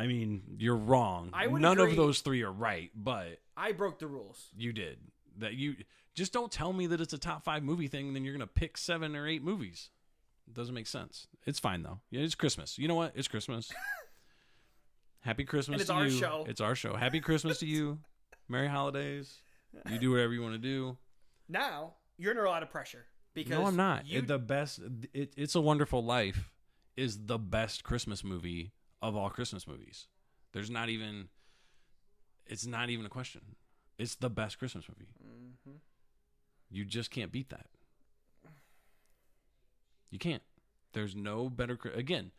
I mean, you're wrong.
I would
None
agree.
of those three are right, but
I broke the rules.
You did. That you just don't tell me that it's a top five movie thing, and then you're gonna pick seven or eight movies. It doesn't make sense. It's fine though. Yeah, it's Christmas. You know what? It's Christmas. Happy Christmas
And it's
to
our
you.
show.
It's our show. Happy Christmas to you. Merry holidays. You do whatever you want to do.
Now you're under a lot of pressure because
no, I'm not.
You,
It- the best. It, it's a Wonderful Life is the best Christmas movie of all Christmas movies. There's not even. It's not even a question. It's the best Christmas movie.
Mhm.
You just can't beat that. You can't. There's no better. cri- Again,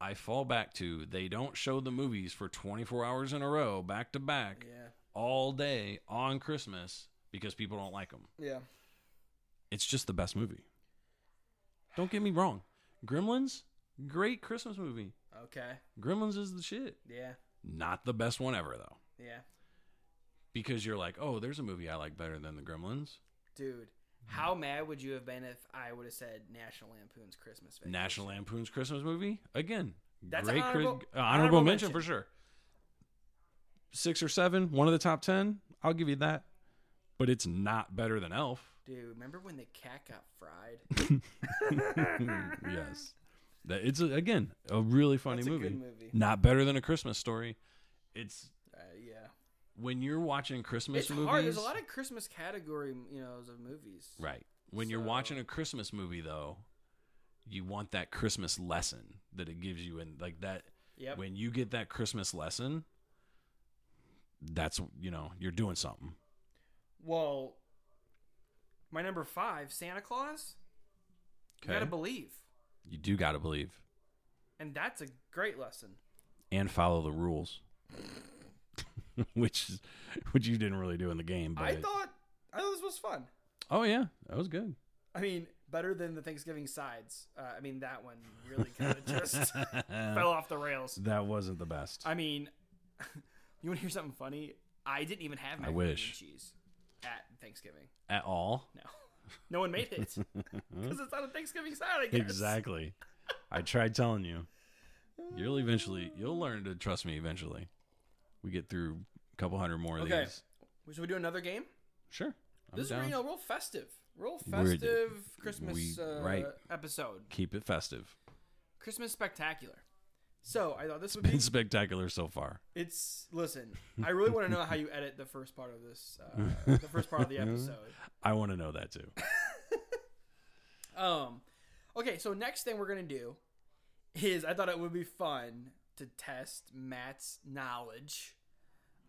I fall back to they don't show the movies for 24 hours in a row, back to back,
yeah,
all day on Christmas because people don't like them.
yeah.
It's just the best movie. Don't get me wrong. Gremlins, great Christmas movie.
Okay,
Gremlins is the shit.
yeah,
Not the best one ever, though.
yeah.
Because you're like, oh, there's a movie I like better than the Gremlins.
Dude, how mad would you have been if I would have said National Lampoon's Christmas Vacation?
National Lampoon's Christmas movie. Again,
That's
great
an
cri-
honorable-
honorable,
honorable
mention,
mention.
for sure. Six or seven, one of the top ten. I'll give you that. But it's not better than Elf.
Dude, remember when the cat got fried?
yes, that, it's a, again a really funny
That's a
movie.
good movie.
Not better than a Christmas story. It's
Uh, yeah,
when you're watching Christmas
it's
movies.
hard. There's a lot of Christmas category, you know, of movies.
right. When you're
So-
watching a Christmas movie, though, you want that Christmas lesson that it gives you, and like that.
Yep.
when you get that Christmas lesson, that's you know you're doing something.
well, my number five, Santa Claus. You
Okay,
gotta believe,
you do gotta believe
and that's a great lesson.
and follow the rules, which is- which you didn't really do in the game. But
I thought, I thought this was fun.
oh yeah, that was good.
I mean, better than the Thanksgiving sides. Uh, I mean, that one really kind of just fell off the rails.
that wasn't the best.
I mean, you want to hear something funny? I didn't even have macaroni
wish.
and cheese at Thanksgiving.
At all?
No, no one made it because it's not a Thanksgiving side. I guess.
Exactly. I tried telling you. You'll eventually you'll learn to trust me. Eventually, we get through a couple hundred more of
Okay.
these.
Should we do another game?
Sure. I'm
this
down.
is you know real festive, real
We're-
festive Christmas
we-
uh,
right.
episode.
Keep it festive.
Christmas spectacular. So I thought this would be
Been spectacular so far.
It's listen. I really want to know how you edit the first part of this, uh, the first part of the episode.
I want to know that too.
Um, okay. So next thing we're gonna do is I thought it would be fun to test Matt's knowledge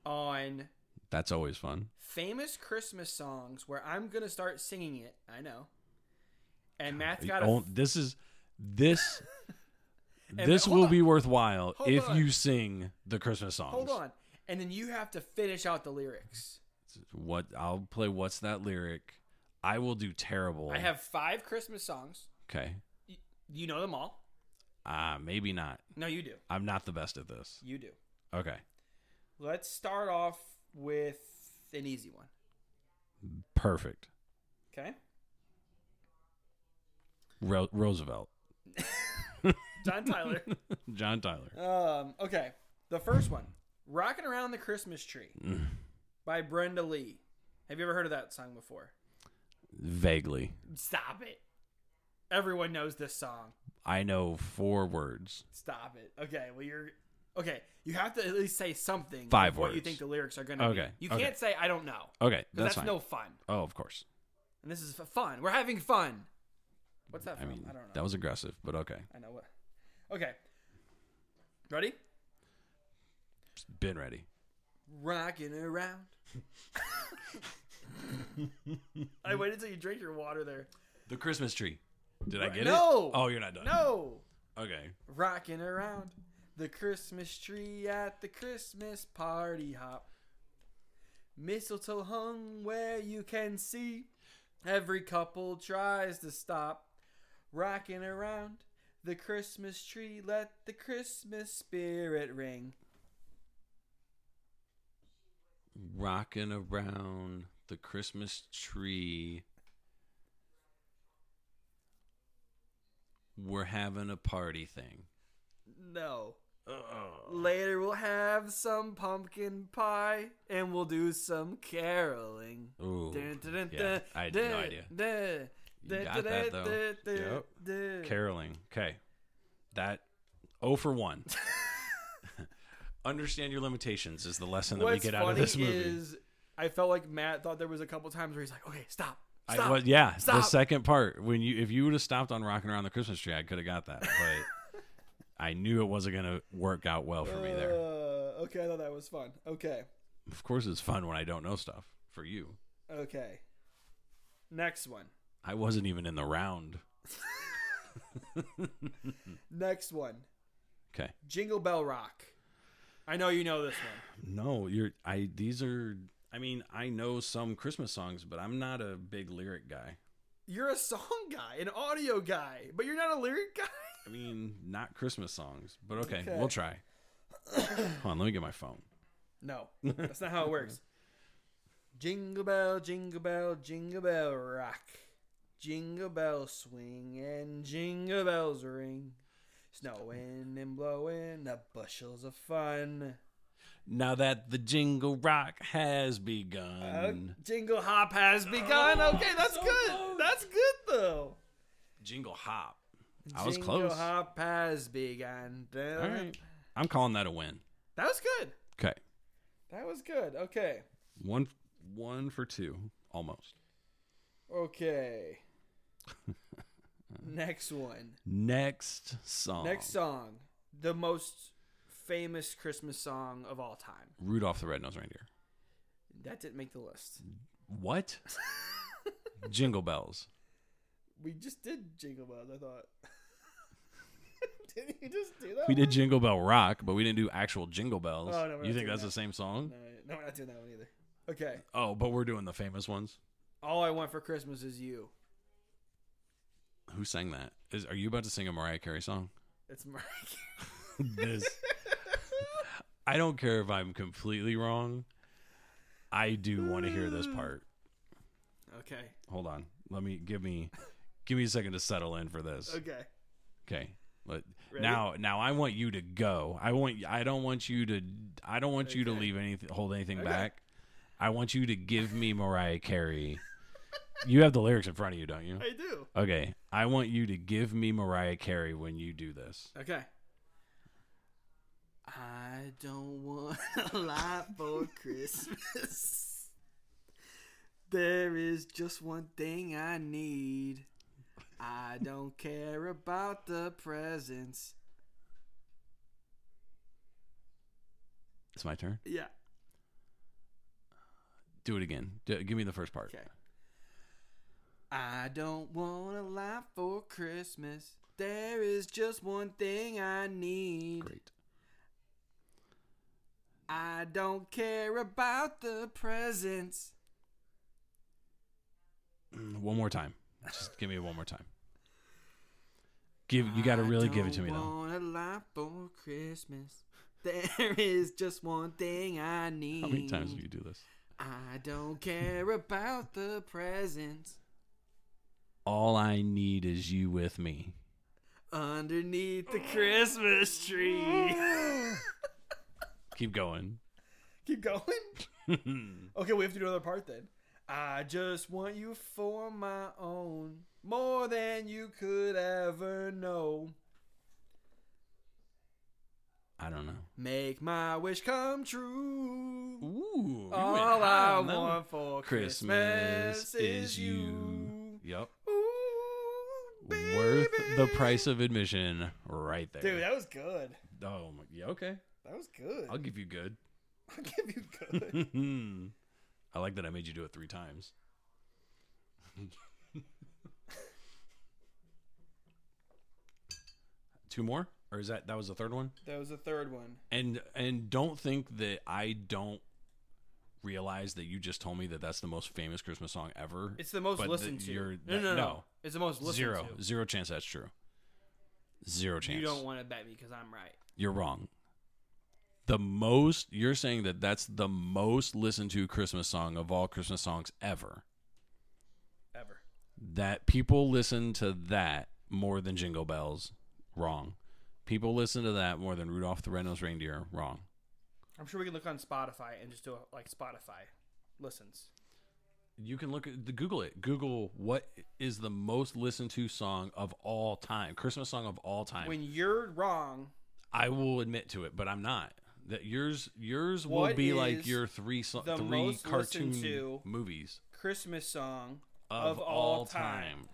on
That's always fun.
famous Christmas songs. Where I'm gonna start singing it. I know. And Matt's
You
got a.
don't- this is this this
hold
will
on.
be worthwhile
Hold
if
on.
you sing the Christmas songs.
Hold on. And then you have to finish out the lyrics.
What I'll play what's that lyric? I will do terrible.
I have five Christmas songs.
Okay.
You, you know them all.
Uh maybe not.
No, you do.
I'm not the best at this.
You do.
Okay.
Let's start off with an easy one.
Perfect.
Okay.
Ro- Roosevelt.
John Tyler.
John Tyler.
um, okay. The first one Rocking Around the Christmas Tree by Brenda Lee. Have you ever heard of that song before?
Vaguely.
Stop it. Everyone knows this song.
I know four words.
Stop it. Okay. Well, you're. Okay. You have to at least say something.
Five
of What you
words.
think the lyrics are going to
Okay,
be. You
okay.
can't say, I don't know. 'cause
Okay,
That's,
that's, fine.
no fun.
oh, of course.
And this is f- fun. We're having fun. What's that
I
from?
mean,
I don't know.
that was aggressive, but okay.
I know what. Okay. Ready?
Been ready.
Rocking around. I waited until you drink your water there.
The Christmas tree. Did I
Right.
get
No!
it? Oh, you're not done.
No!
Okay.
Rocking around the Christmas tree at the Christmas party hop. Mistletoe hung where you can see. Every couple tries to stop. Rocking around the Christmas tree, let the Christmas spirit ring.
Rocking around the Christmas tree. We're having a party thing.
No.
Uh-uh.
Later we'll have some pumpkin pie and we'll do some caroling.
Ooh.
Dun, dun, dun,
yeah,
dun,
I had no
dun,
idea.
dun,
You
dun,
got
dun,
that,
dun,
though.
dun,
Yep.
dun.
Caroling. Okay. That oh for 1. Understand your limitations is the lesson that
What's
we get out of
funny
this movie.
is I felt like Matt thought there was a couple times where he's like, "Okay, stop, stop."
I was yeah, the
Stop.
second part when you if you would have stopped on rocking around the Christmas tree, I could have got that, but I knew it wasn't going to work out well for me there.
Uh, okay, I thought that was fun. Okay,
Of course it's fun when I don't know stuff for you.
okay. Next one.
I wasn't even in the round.
Next one.
Okay.
Jingle Bell Rock. I know you know this one.
No, you're I these are I mean, I know some Christmas songs, but I'm not a big lyric guy.
You're a song guy, an audio guy, but you're not a lyric guy.
I mean, not Christmas songs, but okay,
Okay.
we'll try. Hold on, let me get my phone.
No, that's not how it works. Jingle bell, jingle bell, jingle bell rock. Jingle bells swing and jingle bells ring. Snowing and blowing up bushels of fun.
Now that the jingle rock has
Uh,
begun.
jingle hop has begun. Okay, that's
Oh, so
good.
close.
That's good though.
Jingle hop. I was
jingle
close.
hop has begun.
All right. I'm calling that a win.
That was good.
Okay.
That was good. Okay.
One one for two almost.
Okay. Next one.
Next song.
Next song, the most famous Christmas song of all time.
Rudolph the Red-Nosed Reindeer.
That didn't make the list.
What? jingle bells.
We just did Jingle Bells, I thought. didn't you just do that?
We did
one?
Jingle Bell Rock, but we didn't do actual Jingle Bells.
Oh, no, we're
you
not
think
doing
that's
that.
the same song?
No, no, we're not doing that one either. Okay.
Oh, but we're doing the famous ones.
All I Want for Christmas is You.
Who sang that? Is are you about to sing a Mariah Carey song?
It's Mariah
this I don't care if I'm completely wrong. I do want to hear this part.
Carey. Okay.
Hold on. Let me give me give me a second to settle in for this.
Okay.
Okay. But
Ready?
now now I want you to go. I want I don't want you to I don't want you to
Okay.
leave anything hold anything
Okay.
back. I want you to give me Mariah Carey. you have the lyrics in front of you, don't you?
I do.
Okay. I want you to give me Mariah Carey when you do this.
Okay. I don't want a lot for Christmas. There is just one thing I need. I don't care about the presents.
It's my turn.
Yeah.
Do it again. D- give me the first part.
Okay. I don't want a lot for Christmas. There is just one thing I need.
Great.
I don't care about the presents.
Mm, One more time. Just give me one more time. Give you got to really give it to me
I
though.
don't want a lot for Christmas. There is just one thing I need.
How many times do you do this?
I don't care about the presents
All I need is you with me.
underneath the Christmas tree.
Keep going.
Keep going. Okay, we have to do another part then.
I just want you for my own, more than you could ever know.
I don't know.
Make my wish come true.
Ooh.
All I want for Christmas, is you.
Yep.
Ooh,
Worth the
baby.
price of admission right there.
Dude, that was good.
oh, my- yeah, okay.
That was good.
I'll give you good.
I'll give you good.
I like that I made you do it three times. Two more? Or is that that was the third one?
that was the third one.
And and don't think that I don't realize that you just told me that that's the most famous Christmas song ever.
It's the most
but that
listened to.
you're-
no,
that-
no, no,
no.
It's the most listened
Zero,
to.
zero chance that's true. Zero chance.
You don't want to bet me because I'm right.
You're wrong. The most you're saying that that's the most listened to Christmas song of all Christmas songs ever.
Ever.
That people listen to that more than Jingle Bells. Wrong. People listen to that more than Rudolph the Red-Nosed Reindeer. Wrong.
I'm sure we can look on Spotify and just do a, like Spotify listens.
You can look at the Google it. Google what is the most listened to song of all time, Christmas song of all time.
When you're wrong,
I will admit to it, but I'm not. That yours yours will
What
be
is
like your three so-
the
three
most listened
cartoon
to
movies
Christmas song
of,
of all
all time.
time.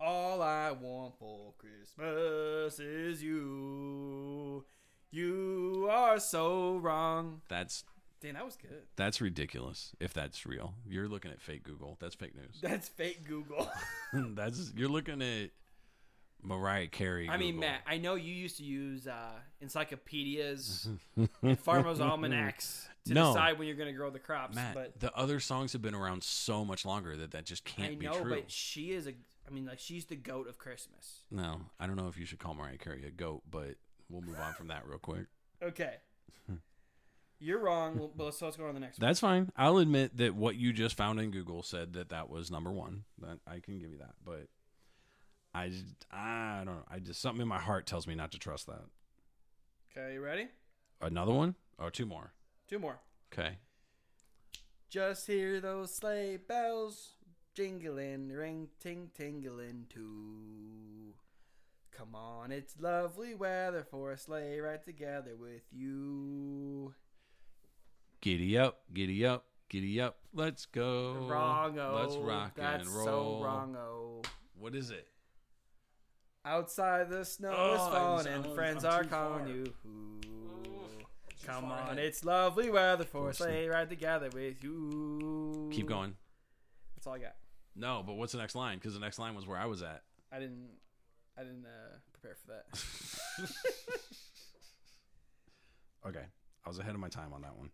All I want for Christmas is you. You are so wrong.
That's
Damn, that was good.
that's ridiculous if that's real. You're looking at fake Google. That's fake news.
That's fake Google.
that's you're looking at Mariah Carey.
I mean,
Google.
Matt, I know you used to use uh, encyclopedias and farmers' almanacs to
No.
decide when you're going to grow the crops.
Matt,
but
the other songs have been around so much longer that that just can't
I
be
know,
true.
but she is a. I mean, like she's the goat of Christmas.
no, I don't know if you should call Mariah Carey a goat, but we'll move on from that real quick.
Okay, you're wrong. Well, let's, let's go on to the next
That's fine. I'll admit that what you just found in Google said that that was number one. That I can give you that, but I j- I don't know. I just something in my heart tells me not to trust that.
one. Okay, you ready?
Another one or two more?
Two more.
Okay.
Just hear those sleigh bells jingling, ring ting tingling too. Come on, it's lovely weather for a sleigh ride together with you.
Giddy up, giddy up, giddy up. Let's go.
Wrong-o.
Oh, Let's rock
That's
and roll.
so wrong-o.
What is it?
Outside the snow
Oh,
is
I was-
falling
I
and
was-
friends
I'm
are
too far.
calling you. Come
far
on,
ahead.
it's lovely weather for a
Course.
sleigh ride together with you.
Keep going.
That's all I got.
No, but what's the next line? Because the next line was where I was at.
I didn't. I didn't uh, prepare for that.
Okay. I was ahead of my time on that one.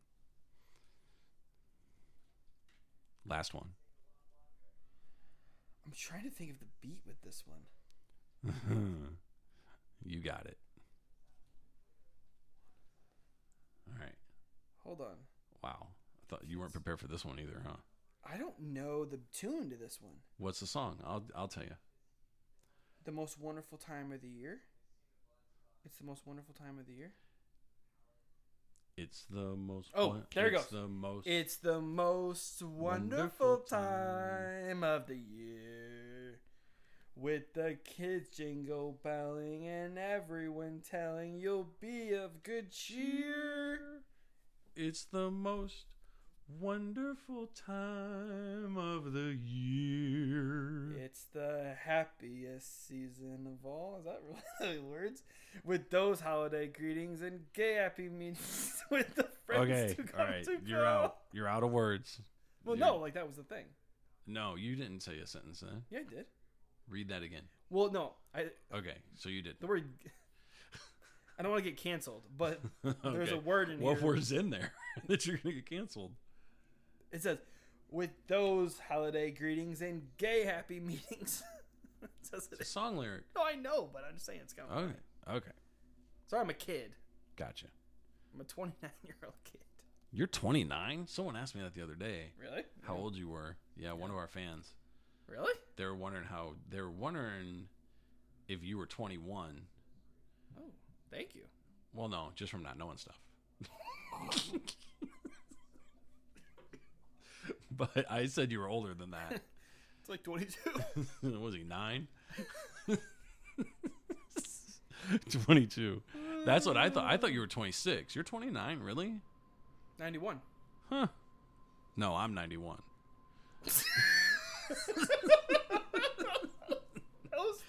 Last one.
I'm trying to think of the beat with this one.
you got it. All right.
Hold on.
Wow. I thought you weren't prepared for this one either, huh?
I don't know the tune to this one.
What's the song? I'll I'll tell you.
The most wonderful time of the year. It's the most wonderful time of the year.
It's the most.
Oh,
won-
there it
it's
goes.
The most.
It's the most wonderful
Wonderful
time of the year.
With the kids jingle belling and everyone telling you'll be of good cheer.
It's the most wonderful time of the year.
It's the happiest season of all. Is that really words? With those holiday greetings and gay happy meetings with the friends
okay,
who come
all right,
to
you're
grow.
out. You're out of words.
Well,
You're-
no, like that was the thing.
No, you didn't say a sentence. Huh?
Yeah, I did.
Read that again.
Well, no, I
Okay, so you did.
the word. I don't want to get canceled, but there's
Okay.
a word in
what
here.
word's in there that you're gonna get canceled?
It says, "With those holiday greetings and gay happy meetings." it says
It's a
it.
song lyric.
No, I know, but I'm just saying it's coming.
Okay, okay,
Sorry, I'm a kid.
gotcha.
I'm a 29 year old kid.
You're 29. Someone asked me that the other day.
Really?
How old you were? Yeah, one of our fans.
Really?
They were wondering how. They were wondering if you were 21.
Oh, thank you.
Well, no, just from not knowing stuff. but I said you were older than that.
It's like 22.
was he nine? 22. That's what I thought. I thought you were 26. You're 29, really?
91.
Huh. No, I'm 91.
That was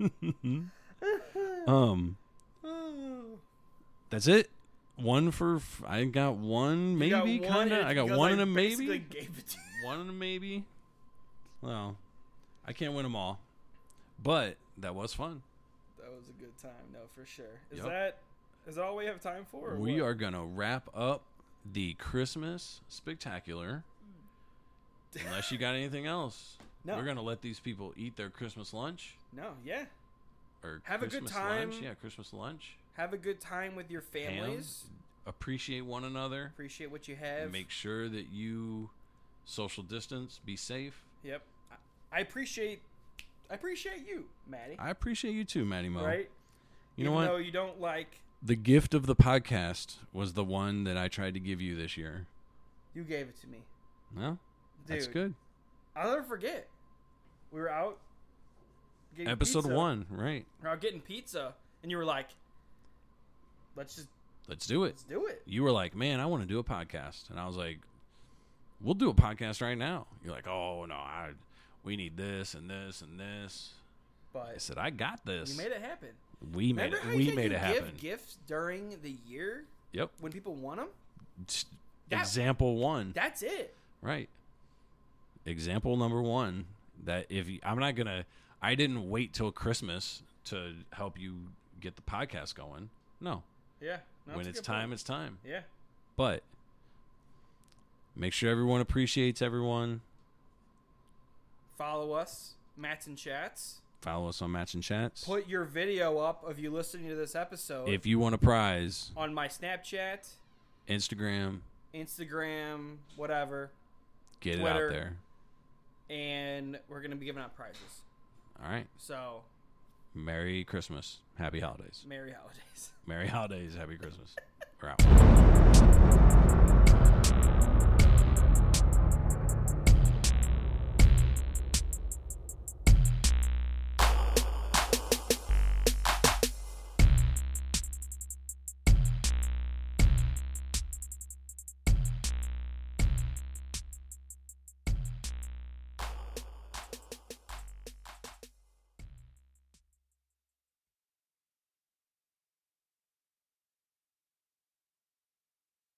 fun.
Um,
Oh.
that's it. One for f- I got one maybe
You got one
kind of.
and-
I got
because
one and a
basically
maybe.
Gave it to you.
One and a maybe. Well, I can't win them all, but that was fun.
That was a good time, no, for sure. Is
Yep.
that is that all we have time for? or
We
what?
are gonna wrap up the Christmas spectacular. Unless you got anything else,
No.
we're gonna let these people eat their Christmas lunch
no, yeah.
or
Have a good
Christmas lunch.
time.
Yeah, Christmas lunch.
Have a good time with your families.
Appreciate one another.
Appreciate what you have.
Make sure that you social distance. Be safe.
yep. I- I appreciate. I appreciate you, Maddie.
I appreciate you too, Maddie Mo.
right?
You know
Even
what?
Though you don't like,
the gift of the podcast was the one that I tried to give you this year.
you gave it to me.
No, that's
Dude.
good.
I'll never forget. We were out. getting
Episode
pizza.
one, right?
We were out getting pizza, and you were like, "Let's just
Let's do it.
let's do it."
You were like, "Man, I want to do a podcast," and I was like, "We'll do a podcast right now." You're like, "Oh no, I, we need this and this and this." I
But
said, "I got this.
you made it happen.
we made
Remember
it.
how
We
you,
made
you
it happen."
give gifts during the year
Yep.
when people want them?
Mm-hmm. Just
That-
example one.
That's it.
Right. Example number one that if you, I'm not gonna, I didn't wait till Christmas to help you get the podcast going. No,
Yeah. no,
when
that's a
it's
good
time,
point.
it's time.
yeah.
But make sure everyone appreciates everyone.
Follow us, Mats and Chats.
Follow us on Match and Chats.
Put your video up of you listening to this episode
If you want a prize,
on my Snapchat,
Instagram,
Instagram, whatever,
get it
Twitter.
out there.
and we're gonna be giving out prizes.
All right.
So
Merry Christmas. Happy holidays.
merry holidays.
Merry holidays. Happy Christmas. We're out.